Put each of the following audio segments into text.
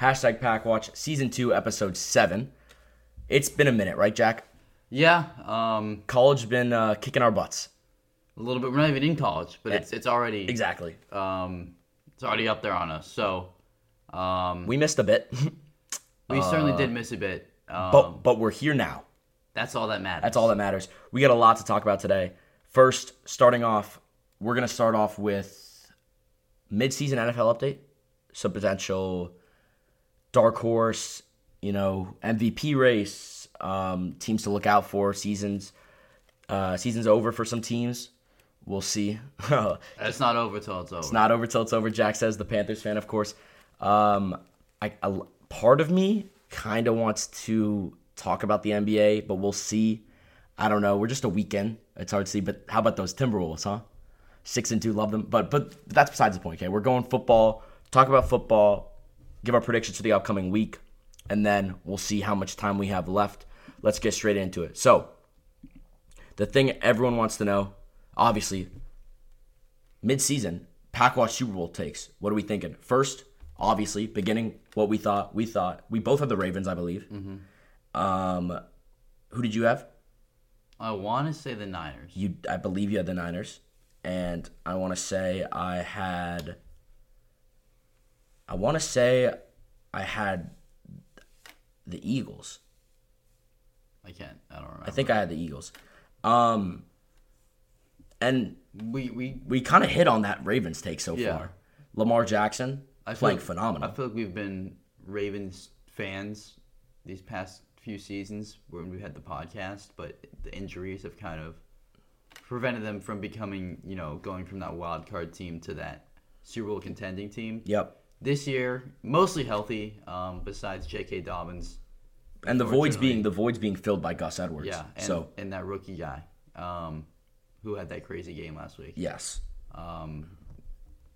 Hashtag Pack Watch, Season 2, Episode 7. It's been a minute, right, Jack? Yeah, um, College been uh, kicking our butts. a little bit. We're not even in college, but it's it's already Exactly. um, it's already up there on us. So um, We missed a bit, we Uh, certainly did miss a bit. Um, but but we're here now. that's all that matters. That's all that matters. We got a lot to talk about today. First, starting off, we're gonna start off with mid-season NFL update, some potential dark horse, you know, MVP race, um, teams to look out for, seasons, uh, seasons over for some teams. We'll see. It's not over till it's over. It's not over till it's over. Jack says the Panthers fan, of course. Um, I, a- part of me kind of wants to talk about the NBA, but we'll see. I don't know. We're just a weekend. It's hard to see. But how about those Timberwolves, huh? Six and two, love them. But but that's besides the point. Okay, we're going football. Talk about football. Give our predictions for the upcoming week, and then we'll see how much time we have left. Let's get straight into it. So, the thing everyone wants to know, obviously, mid-season Packwatch Super Bowl takes. What are we thinking? First, obviously, beginning what we thought. We thought we both had the Ravens, I believe. Um, who did you have? I want to say the Niners. You, I believe you had the Niners, and I want to say I had. I want to say I had the Eagles. I can't. I don't remember. I think I had the Eagles. Um, and we we. we kind of hit on that Ravens take so Yeah. far. Lamar Jackson I feel playing like- phenomenal. I feel like we've been Ravens fans these past few seasons when we've had the podcast, but the injuries have kind of prevented them from becoming, you know, going from that wild card team to that Super Bowl contending team. Yep. This year, mostly healthy, um, besides J.K. Dobbins. And the voids being the voids being filled by Gus Edwards. Yeah, and, so and that rookie guy um, who had that crazy game last week. yes, Um,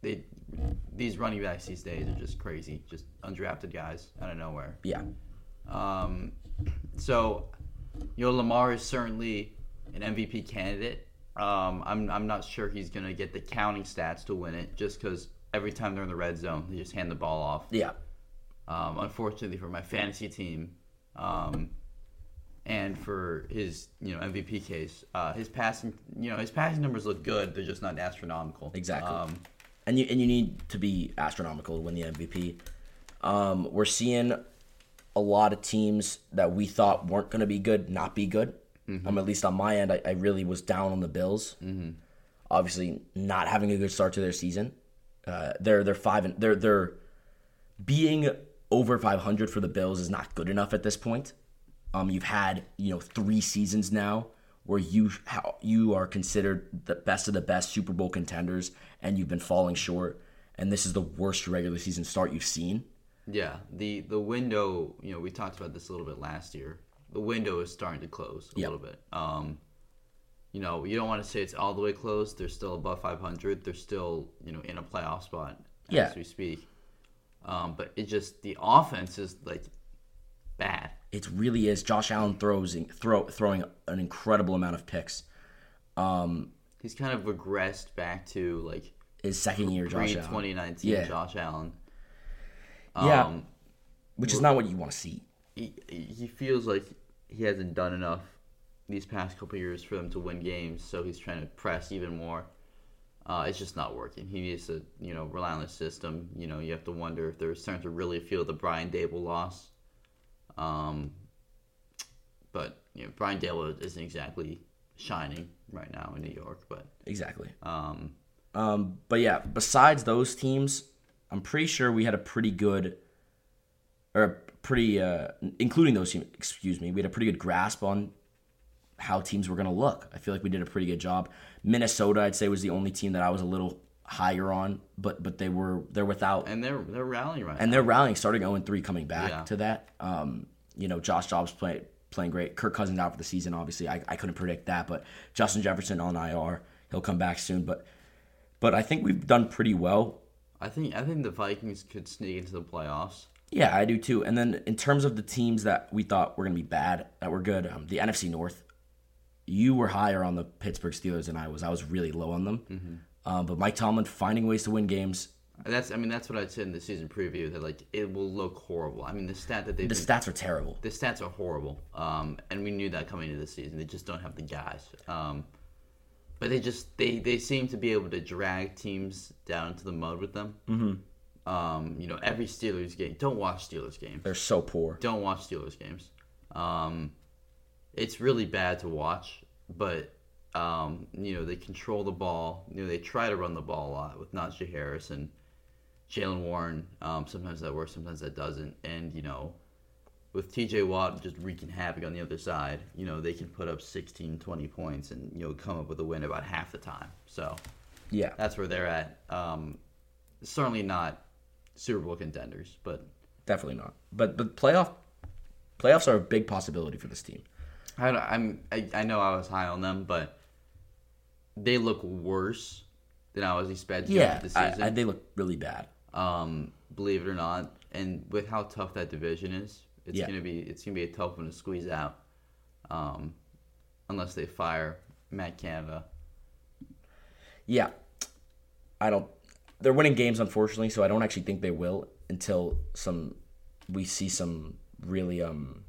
they these running backs these days are just crazy, just undrafted guys out of nowhere. yeah, Um, so, you know, Lamar is certainly an MVP candidate. Um, I'm I'm not sure he's gonna get the counting stats to win it, just because every time they're in the red zone, they just hand the ball off. yeah. Um, unfortunately for my fantasy team, um, and for his you know MVP case, uh, his passing you know his passing numbers look good. They're just not astronomical. Exactly. Um, And you and you need to be astronomical to win the MVP. Um, we're seeing a lot of teams that we thought weren't going to be good not be good. Mm-hmm. Um, at least on my end, I, I really was down on the Bills. Mm-hmm. Obviously, not having a good start to their season. Uh, they're they're five and they're they're being over 500 for the Bills is not good enough at this point. Um, you've had you know three seasons now where you how you are considered the best of the best Super Bowl contenders, and you've been falling short. And this is the worst regular season start you've seen. Yeah, the the window, you know, we talked about this a little bit last year. The window is starting to close a Yep. little bit. Um, you know, you don't want to say it's all the way closed. They're still above 500. They're still, you know, in a playoff spot as Yeah. we speak. Um, but it just the offense is like bad. It really is. Josh Allen throws throw, throwing an incredible amount of picks. He's kind of regressed back to like His second year, pre Josh Allen, 2019 Yeah. Josh Allen. yeah, which is not what you want to see. he he feels like he hasn't done enough these past couple years for them to win games, so he's trying to press even more. Uh, it's just not working. He needs to, you know, rely on the system. You know, you have to wonder if they're starting to really feel the Brian Dable loss. Um, but you know, Brian Dable isn't exactly shining right now in New York. But Exactly. um, Um, but yeah, besides those teams, I'm pretty sure we had a pretty good, or pretty, uh, including those teams, excuse me, we had a pretty good grasp on how teams were going to look. I feel like we did a pretty good job. Minnesota, I'd say, was the only team that I was a little higher on, but but they were they're without and they're they're rallying right and they're rallying, starting 0 3, coming back Yeah. to that. Um, you know, Josh Jobs play, playing great. Kirk Cousins out for the season, obviously. I, I couldn't predict that, but Justin Jefferson on IR. He'll come back soon. But but I think we've done pretty well. now. I think I think the Vikings could sneak into the playoffs. Yeah, I do too. And then in terms of the teams that we thought were going to be bad, that were good, um, the NFC North, you were higher Uh, on the Pittsburgh Steelers than I was. I was really low on them. Um, but Mike Tomlin finding ways to win games, That's I mean that's what I said in the season preview that like it will look horrible. I mean the stat that they The stats are terrible. the stats are horrible, um, and we knew that coming into the season. They just don't have the guys, um, but they just they they seem to be able to drag teams down into the mud with them. Mm-hmm. Um, you know, every Steelers game. Don't watch Steelers games. They're so poor. Don't watch Steelers games. Um, it's really bad to watch, but um, you know they control the ball. You know they try to run the ball a lot with Najee Harris and Jalen Warren. Um, sometimes that works, sometimes that doesn't. And you know, with T.J. Watt just wreaking havoc on the other side, you know they can put up 16, 20 points and you know come up with a win about half the time. So Yeah. that's where they're at. Um, certainly not Super Bowl contenders, but Definitely not. But but playoff playoffs are a big possibility for this team. I don't, I'm I, I know I was high on them, but they look worse than I was expecting Yeah. this I- season. I- they look really bad. um, believe it or not, and with how tough that division is, it's Yeah. gonna be it's gonna be a tough one to squeeze out, um, unless they fire Matt Canada. Yeah. I don't they're winning games unfortunately, so I don't actually think they will until some we see some really um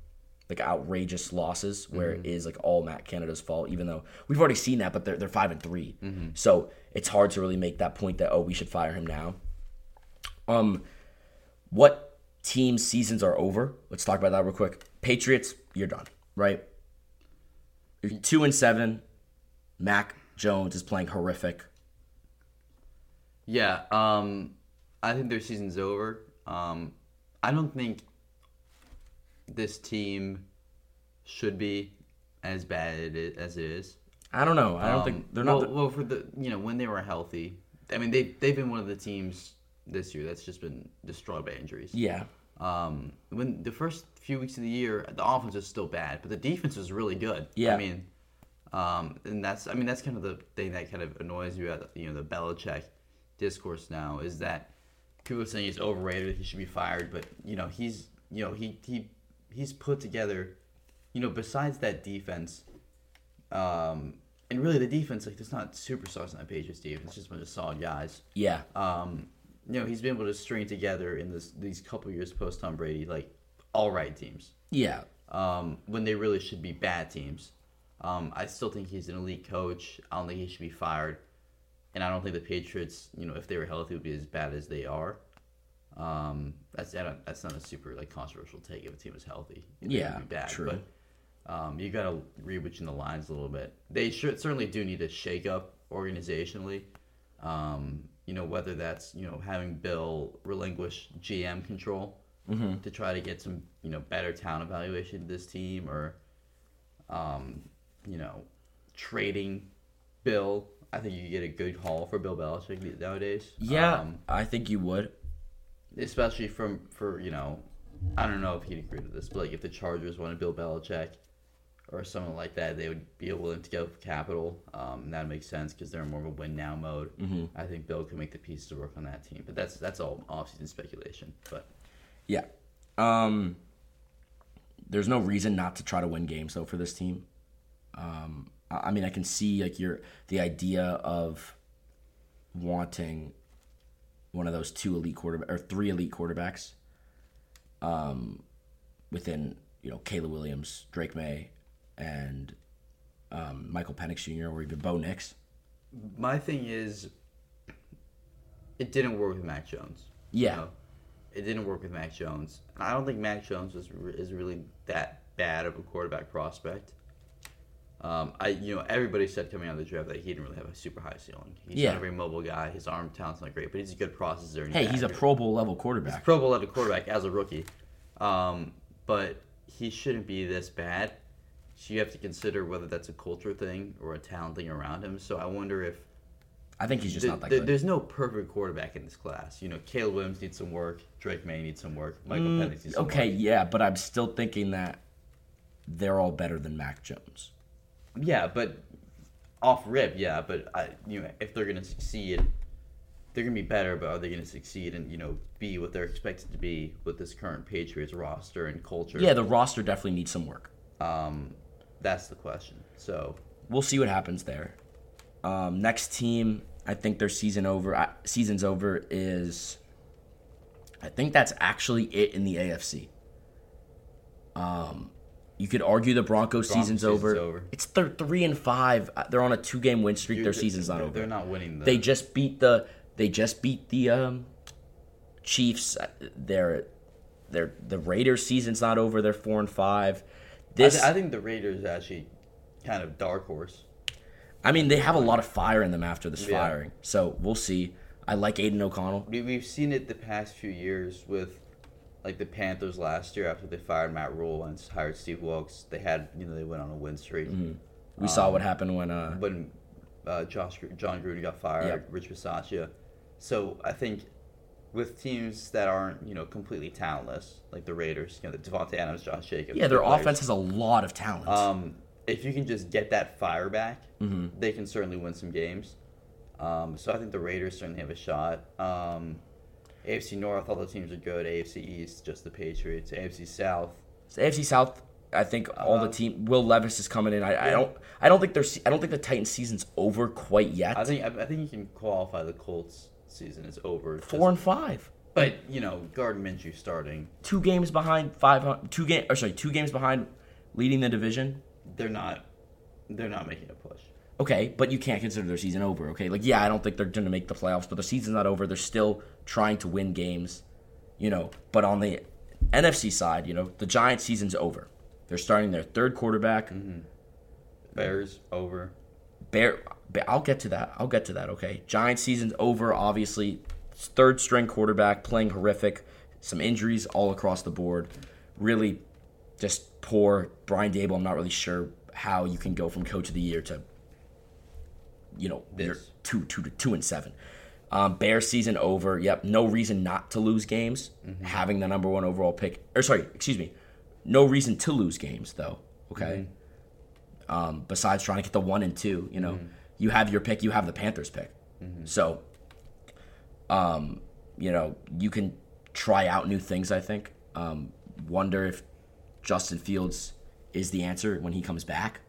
like outrageous losses where it is like all Matt Canada's fault, even though we've already seen that, but they're they're five and 3 So it's hard to really make that point that oh we should fire him now. Um what team seasons are over? Let's talk about that real quick. Patriots, you're done, right? You're two and seven. Mac Jones is playing horrific. Yeah, um, I think their season's over. Um, I don't think this team should be as bad it is, as it is. I don't know. I don't think Um, they're well, not. The, well, for the you know when they were healthy, I mean they they've been one of the teams this year that's just been destroyed by injuries. yeah, Um, when the first few weeks of the year, the offense was still bad, but the defense was really good. Yeah. I mean, um, and that's I mean that's kind of the thing that kind of annoys you about you know the Belichick discourse now is that people are saying he's overrated, he should be fired, but you know he's you know he he he's put together, you know besides that defense, um, and really the defense like there's not superstars on that Patriots defense, just a bunch of solid guys yeah, Uh, um, you know, he's been able to string together in this these couple years post Tom Brady, like all right teams yeah. um, when they really should be bad teams. Um, I still think he's an elite coach. I don't think he should be fired, and I don't think the Patriots, you know, if they were healthy, would be as bad as they are. Um, that's I don't, that's not a super like controversial take. If a team is healthy, they'd Yeah, be bad, true. But um, you got to read between the lines a little bit. They should certainly do need to shake up organizationally. Um, you know, whether that's you know having Bill relinquish GM control to try to get some you know better town evaluation to this team or um, you know trading Bill. I think you could get a good haul for Bill Belichick nowadays. Yeah, Um, I think you would. especially from for you know, I don't know if he'd agree to this, but like if the Chargers wanted Bill Belichick or someone like that, they would be willing to go for capital. Um, and that makes sense because they're more of a win now mode. I think Bill could make the pieces work on that team, but that's that's all offseason speculation. But Yeah. Um. There's no reason not to try to win games though for this team. Um. I I mean, I can see like your the idea of wanting one of those two elite quarterback or three elite quarterbacks. Um. Within you know Kayla Williams, Drake May, and um, Michael Penix Jr. or even Bo Nix. my thing is, it didn't work with Mac Jones. Yeah. it didn't work with Mac Jones. And I don't think Mac Jones was re- is really that bad of a quarterback prospect. Um, I you know everybody said coming out of the draft that he didn't really have a super high ceiling. He's Yeah. not a very mobile guy. His arm talent's not great, but he's a good processor. and Hey, he's a accurate. Pro Bowl level quarterback. Pro Bowl at a quarterback as a rookie, um, but he shouldn't be this bad. So you have to consider whether that's a culture thing or a talent thing around him. So I wonder if I think he's just th- not that th- good. there's no perfect quarterback in this class. You know, Caleb Williams needs some work. Drake May needs some work. Michael Penix needs some Mm, Okay, work. yeah, but I'm still thinking that they're all better than Mac Jones. Yeah, but off rip, yeah. But I, you know, if they're gonna succeed, they're gonna be better. But are they gonna succeed and you know be what they're expected to be with this current Patriots roster and culture? Yeah, the roster definitely needs some work. Um, that's the question. So We'll see what happens there. Um, next team I think their season over I- season's over is I think that's actually it in the AFC. Um you could argue the Broncos, Broncos season's, season's over. over. It's they're three and five. Uh, They're on a two game win streak. Dude, their they- season's not they're- over. They're not winning. The, They just beat the they just beat the um, Chiefs. Uh, Their their the Raiders season's not over. They're four and five. I, This thi- I think the Raiders actually kind of dark horse. I mean they have a lot of fire in them after this Yeah. firing. So we'll see. I like Aiden O'Connell. We, we've seen it the past few years with like the Panthers last year after they fired Matt Rule and hired Steve Wilkes. They had you know they went on a win streak. We Um, saw what happened when uh when uh, Josh Gr- John Gruden got fired, Yep. Rich Bisaccia. So I think with teams that aren't you know completely talentless, like the Raiders, you know, the Devontae Adams, Josh Jacobs. yeah their players, offense has a lot of talent. Um, if you can just get that fire back, they can certainly win some games. Um, so I think the Raiders certainly have a shot. Um, AFC North, all the teams are good. AFC East, just the Patriots. AFC South, So AFC South. I think all um, the team. Will Levis is coming in. I, I don't. I don't think their. se- I don't think the Titans season's over quite yet. I think I, I think you can qualify the Colts season is over. Just- Four and five. but you know, Gardner Minshew starting. two games behind five hundred two game or sorry two games behind leading the division they're not they're not making a push. okay but you can't consider their season over okay like yeah i don't think they're gonna make the playoffs but their season's not over they're still trying to win games you know but on the nfc side you know the giants season's over they're starting their third quarterback Bears over. bear Ba- i'll get to that i'll get to that okay giants season's over obviously It's third string quarterback playing horrific some injuries all across the board really just poor brian dable i'm not really sure how you can go from coach of the year to you know This. you're two two to two and seven um, bear season over yep no reason not to lose games having the number one overall pick or sorry excuse me no reason to lose games though okay um, besides trying to get the one and two. You know, you have your pick, you have the Panthers pick. So, um, you know, you can try out new things. I think. Um, wonder if Justin Fields is the answer when he comes back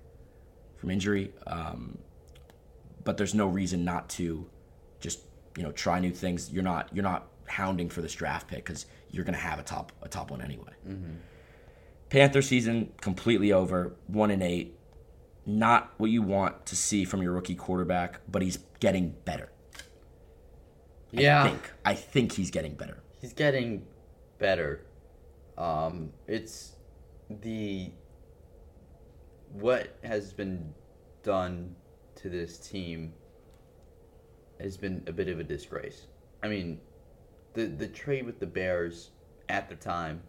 from injury. Um, but there's no reason not to just you know try new things. You're not you're not hounding for this draft pick because you're gonna have a top a top one anyway. Panther season completely over, one and eight. Not what you want to see from your rookie quarterback, but he's getting better. Ah. I think I think he's getting better. he's getting better. Um, it's the what has been done to this team has been a bit of a disgrace. I mean, the the trade with the Bears at the time,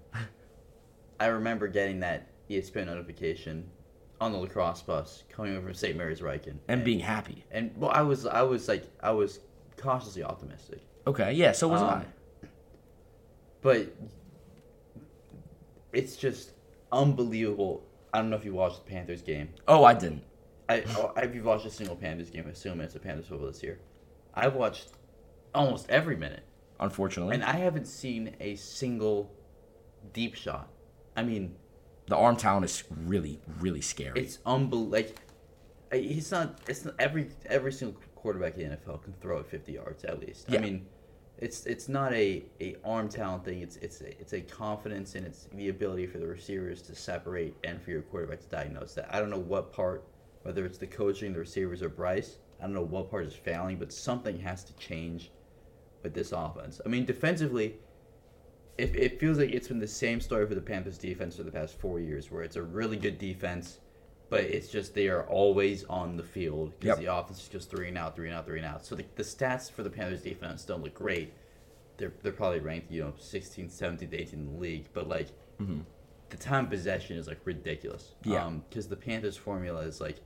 I remember getting that E ESPN notification on the lacrosse bus coming over from St. Mary's Riken And being happy. and well, I was I was like I was cautiously optimistic. Okay, yeah, so was Um, I. but it's just unbelievable. I don't know if you watched the Panthers game. Oh, I didn't. I I- if you've watched a single Panthers game, I assume it's a Panthers football this year. I've watched almost every minute, Unfortunately. and I haven't seen a single deep shot. I mean, the arm talent is really, really scary. it's unbelievable. Like, I- he's not. It's not every every single quarterback in the NFL can throw it fifty yards at least. Yeah. I mean, it's it's not a, a arm talent thing. It's it's a, it's a confidence and it's the ability for the receivers to separate and for your quarterback to diagnose that. I don't know what part, whether it's the coaching, the receivers, or Bryce. I don't know what part is failing, but something has to change with this offense. I mean, defensively, it, it feels like it's been the same story for the Panthers defense for the past four years, where it's a really good defense, but it's just they are always on the field Yep. because the offense is just three and out, three and out, three and out. So the, the stats for the Panthers defense don't look great. They're, they're probably ranked, you know, 16th, 17th, 18th in the league, but like the time of possession is like ridiculous. Yeah. Because the Panthers formula is like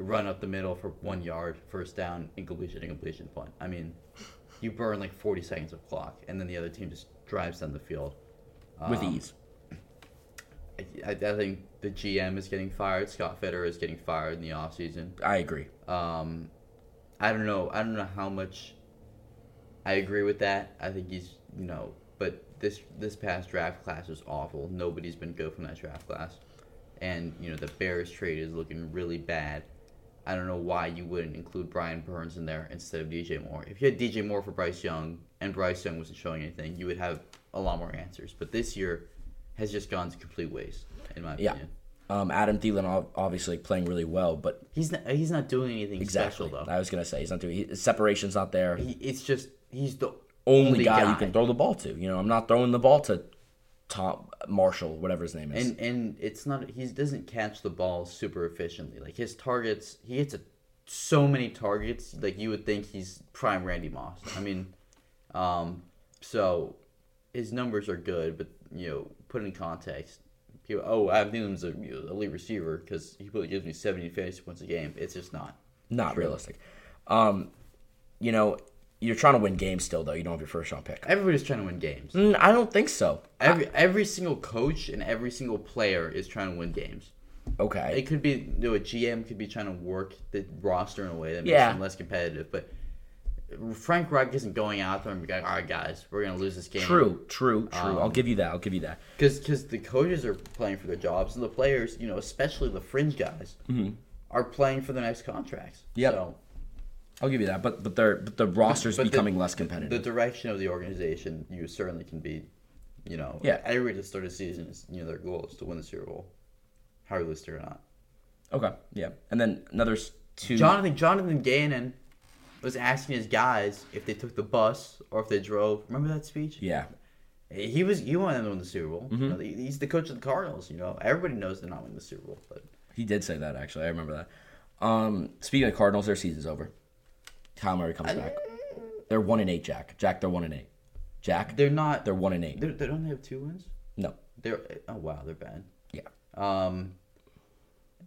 run up the middle for one yard, first down, incompletion, incompletion, punt. I mean, you burn like 40 seconds of clock, and then the other team just drives down the field. with ease. I, I, I think the GM is getting fired. Scott Fitter is getting fired in the offseason. I agree. Um, I don't know. I don't know how much I agree with that. I think he's, you know, but this this past draft class is awful. Nobody's been good from that draft class, and you know the Bears trade is looking really bad. I don't know why you wouldn't include Brian Burns in there instead of DJ Moore. If you had DJ Moore for Bryce Young and Bryce Young wasn't showing anything, you would have a lot more answers. But this year has just gone to complete waste, in my Yeah. opinion. Um, Adam Thielen ob- obviously playing really well, but He's not, he's not doing anything exactly. special though. I was gonna say he's not doing he, his separation's not there. He, it's just he's the only, guy, you can throw the ball to. You know, I'm not throwing the ball to Tom Marshall, whatever his name is. and and it's not he doesn't catch the ball super efficiently. Like his targets, he hits a, so many targets. Like you would think he's prime Randy Moss. I mean, um, so his numbers are good, but you know, put in context. People, oh, I've known him as a, you know, a lead receiver because he probably gives me seventy fantasy points a game. It's just not. not realistic. Um, you know, you're trying to win games still, though. You don't have your first round pick. Everybody's trying to win games. Mm, I don't think so. Every every single coach and every single player is trying to win games. Okay. it could be you know, a GM could be trying to work the roster in a way that makes Yeah. them less competitive. But Frank Reich isn't going out there and be like, "All right, guys, we're gonna lose this game." True, true, true. Um, I'll give you that. I'll give you that. because the coaches are playing for their jobs and the players, you know, especially the fringe guys, are playing for the next contracts. Mm-hmm. Yep. So I'll give you that. But but their but the roster's but the- becoming less the competitive. direction of the organization, you certainly can be, you know, Yeah. Everybody at the start of the season is, you know, their goal is to win the Super Bowl, however listed or not. okay. Yeah. And then another s- two. Jonathan Jonathan Gannon was asking his guys if they took the bus or if they drove. Remember that speech? yeah. Mm-hmm. He was he wanted them to win the Super Bowl. You know, he- he's the coach of the Cardinals. You know, everybody knows they're not winning the Super Bowl, but He did say that actually. I remember that. Um, speaking of Cardinals, their season's over. Kyle Murray comes back. They're one and eight, Jack. Jack, they're one and eight. Jack, they're not. they're one and eight. They're, they don't have two wins. No. They're oh wow, they're bad. Yeah. Um,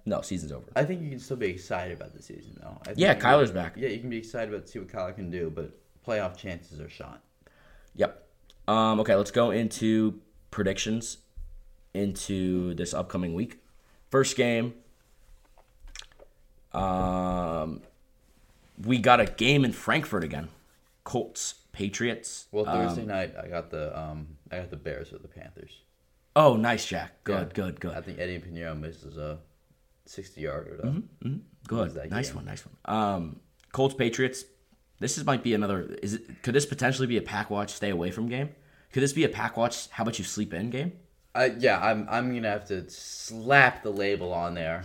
No, season's over. I think you can still be excited about the season though. I think Yeah, you- Kyler's back. Yeah, you can be excited about see what Kyler can do, but playoff chances are shot. Yep. Um, okay, let's go into predictions into this upcoming week. First game. Um, we got a game in Frankfurt again. Colts, Patriots. Well, Thursday night I got the um I got the Bears or the Panthers. Oh, nice, Jack. Good, Yeah. good, I good, think Eddie Pinero misses a sixty yarder though. Mm-hmm. was good. that Nice game. one, nice one. Um, Colts, Patriots. This is, might be another. Is it, could this potentially be a pack watch? Stay away from game. Could this be a pack watch? How about you sleep in game? I yeah, I'm I'm gonna have to slap the label on there.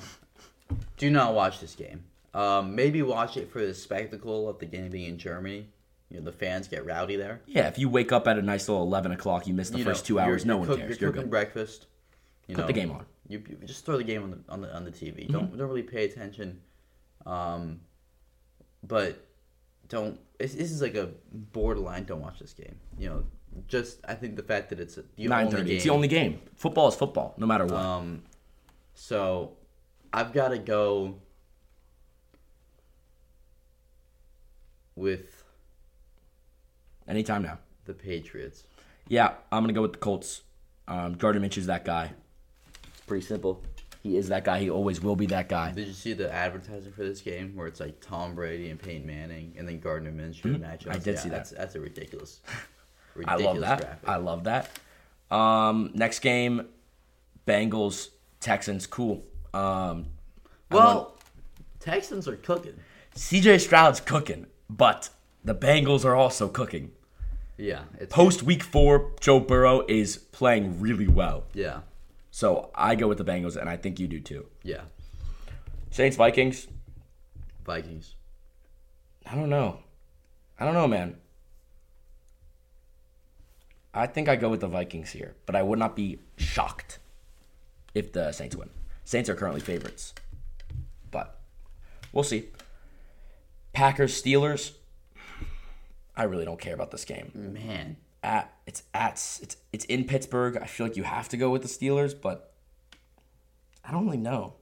Do not watch this game. Um, maybe watch it for the spectacle of the game being in Germany. You know, the fans get rowdy there. Yeah, if you wake up at a nice little eleven o'clock, you miss the You first know, two you're- hours. No you're one cook- cares. You're You're cooking good. breakfast. You Put know, the game on. Mm-hmm. You, you just throw the game on the on the on the TV. Don't don't really pay attention. Um, but don't. It's, this is like a borderline. Don't watch this game. You know, just I think the fact that it's the Nine only thirty. game. It's the only game. Football is football, no matter what. Um, so I've got to go with Anytime now. the Patriots. Yeah, I'm gonna go with the Colts. Um, Gardner Minshew's that guy. It's pretty simple. He is that guy. He always will be that guy. Did you see the advertising for this game where it's like Tom Brady and Peyton Manning and then Gardner Minshew matchups? Hmm? I did see that. That's, that's a ridiculous, I ridiculous love that. graphic. I love that. Um, next game, Bengals Texans. Cool. Um, well, Texans are cooking. C.J. Stroud's cooking, but the Bengals are also cooking. Yeah, it's Post Week Four, Joe Burrow is playing really well. yeah, So I go with the Bengals, and I think you do too. yeah. Saints Vikings. Vikings. I don't know. I don't know, man. I think I go with the Vikings here, but I would not be shocked if the Saints win. Saints are currently favorites, but we'll see. Packers Steelers. I really don't care about this game. Man, At it's at it's it's in Pittsburgh. I feel like you have to go with the Steelers, but I don't really know.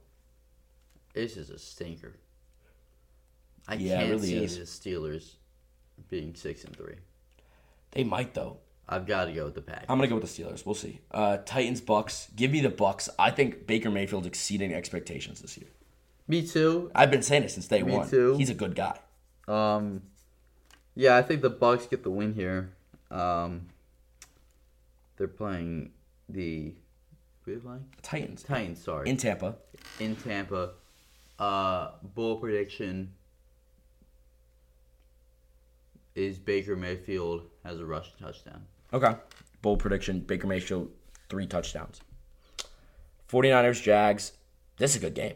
this is a stinker. I Yeah, it can't really see is. the Steelers being six and three. They might though. I've got to go with the Packers. I'm gonna go with the Steelers. We'll see. Uh, Titans, Bucks. Give me the Bucks. I think Baker Mayfield's exceeding expectations this year. Me too. I've been saying it since day one. too. He's a good guy. Um, yeah, I think the Bucks get the win here. Um, they're playing the who are they playing Titans Titans. Sorry, in in, Tampa. Tampa. Uh, bull prediction is Baker Mayfield has a rushing touchdown. Okay. Bold prediction Baker Mayfield, three touchdowns. 49ers, Jags. This is a good game.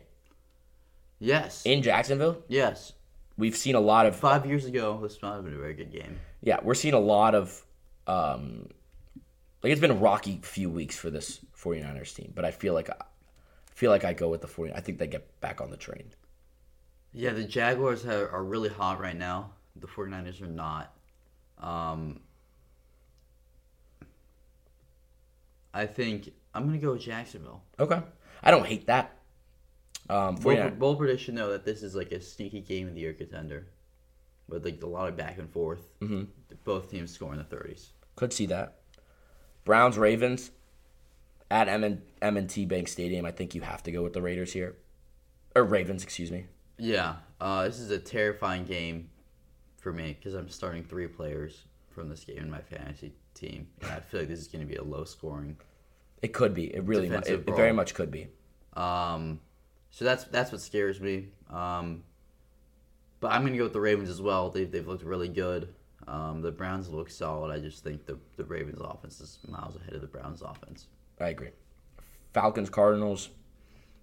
Yes. In Jacksonville, yes. we've seen a lot of. Five years ago, this might have been a very good game. Yeah, we're seeing a lot of. Um, like it's been a rocky few weeks for this 49ers team, but I feel like I I feel like I go with the 49. I think they get back on the train. Yeah, the Jaguars have, are really hot right now. The 49ers are not. Um, I think I'm going to go with Jacksonville. Okay, I don't hate that. Um, Bold, 49 bold prediction, though, that this is like a sneaky game of the year contender with like a lot of back and forth. Mm-hmm. Both teams score in the 30s. Could see that. Browns Ravens at M and T Bank Stadium. I think you have to go with the Raiders here, or Ravens, excuse me. Yeah, uh, this is a terrifying game for me because I'm starting three players from this game in my fantasy team. And I feel like this is going to be a low scoring. It could be. It really, mu- it, Defensive it very brawl. much could be. Um, so that's that's what scares me. Um, but I'm gonna go with the Ravens as well. They've they've looked really good. Um, the Browns look solid. I just think the the Ravens offense is miles ahead of the Browns offense. I agree. Falcons Cardinals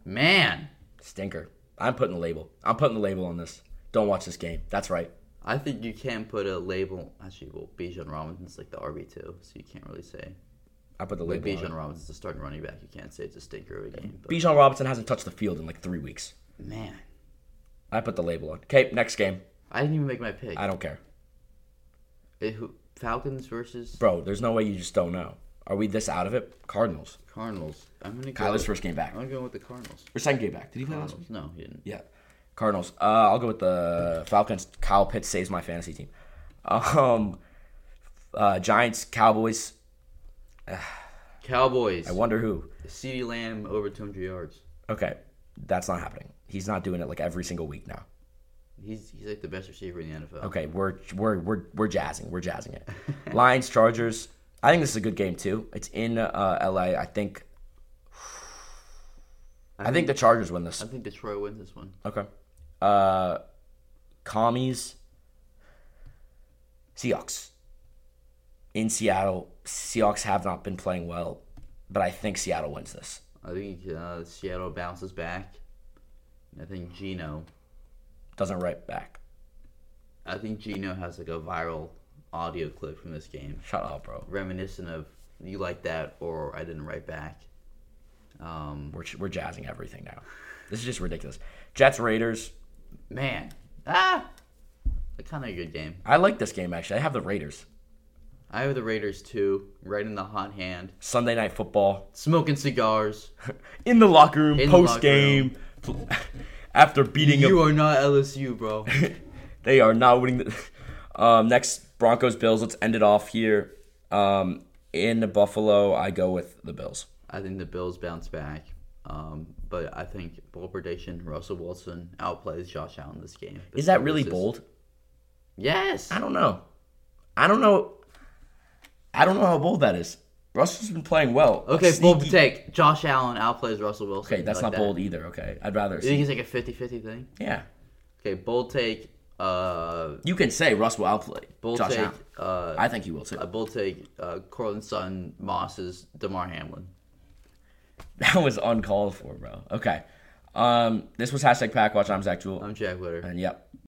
Man, stinker. I'm putting the label. I'm putting the label on this. Don't watch this game. That's right. I think you can put a label. Actually, well, Bijan Robinson's like the RB two, so you can't really say. I put the Like label. Bijan on it. Robinson's the starting running back. You can't say it's a stinker of a game. But Bijan Robinson hasn't touched the field in like three weeks. man, I put the label on. Okay, next game. I didn't even make my pick. I don't care, It- who, Falcons versus bro. There's no way you just don't know. Are we this out of it? Cardinals. Cardinals. I'm gonna go. Kyler's first game back. I'm gonna go with the Cardinals. Or second game back. Did he play last week? Cardinals. No, he didn't. Yeah. Cardinals. Uh, I'll go with the Falcons. Kyle Pitts saves my fantasy team. Um, uh, Giants, Cowboys. Cowboys. I wonder who. CeeDee Lamb Lamb over 200 yards. Okay, that's not happening. He's not doing it like every single week now. He's he's like the best receiver in the NFL. Okay, we're we're we're we're jazzing. We're jazzing it. Lions, Chargers. I think this is a good game too. It's in uh, LA. I think. I think the Chargers win this. I think Detroit wins this one. Okay. Uh, commies. Seahawks. In Seattle, Seahawks have not been playing well, but I think Seattle wins this. I think uh, Seattle bounces back. And I think Gino. Doesn't write back. I think Gino has like a viral audio clip from this game, Shut up, bro. reminiscent of "You like that" or "I didn't write back." Um, We're we're jazzing everything now. This is just ridiculous. Jets Raiders. man, ah, like kind of a good game. I like this game actually. I have the Raiders. I have the Raiders too, right in the hot hand, Sunday night football smoking cigars. in the locker room In the post game. After beating a You are not LSU, bro. they are not winning. The, um, next Broncos Bills. Let's end it off here. Um, in Buffalo, I go with the Bills. I think the Bills bounce back. Um, but I think bold prediction: Russell Wilson outplays Josh Allen this game. Is that really This bold? Yes. I don't know. I don't know. I don't know how bold that is. Russell's been playing well. A Okay, bold sneaky- take: Josh Allen outplays Russell Wilson. Okay, that's Like not that. bold either. Okay, I'd rather. You see- think it's like a 50-50 thing? yeah, Okay, bold take. Uh, you can say Russ will outplay bold Josh take. Allen. Uh, I think he will too. a bold take. Uh, Corlin Sutton Moss's Demar Hamlin. That was uncalled for, bro. Okay. Um, this was hashtag Pack Watch. I'm Zach Jewell. I'm Jack Witter. and yep,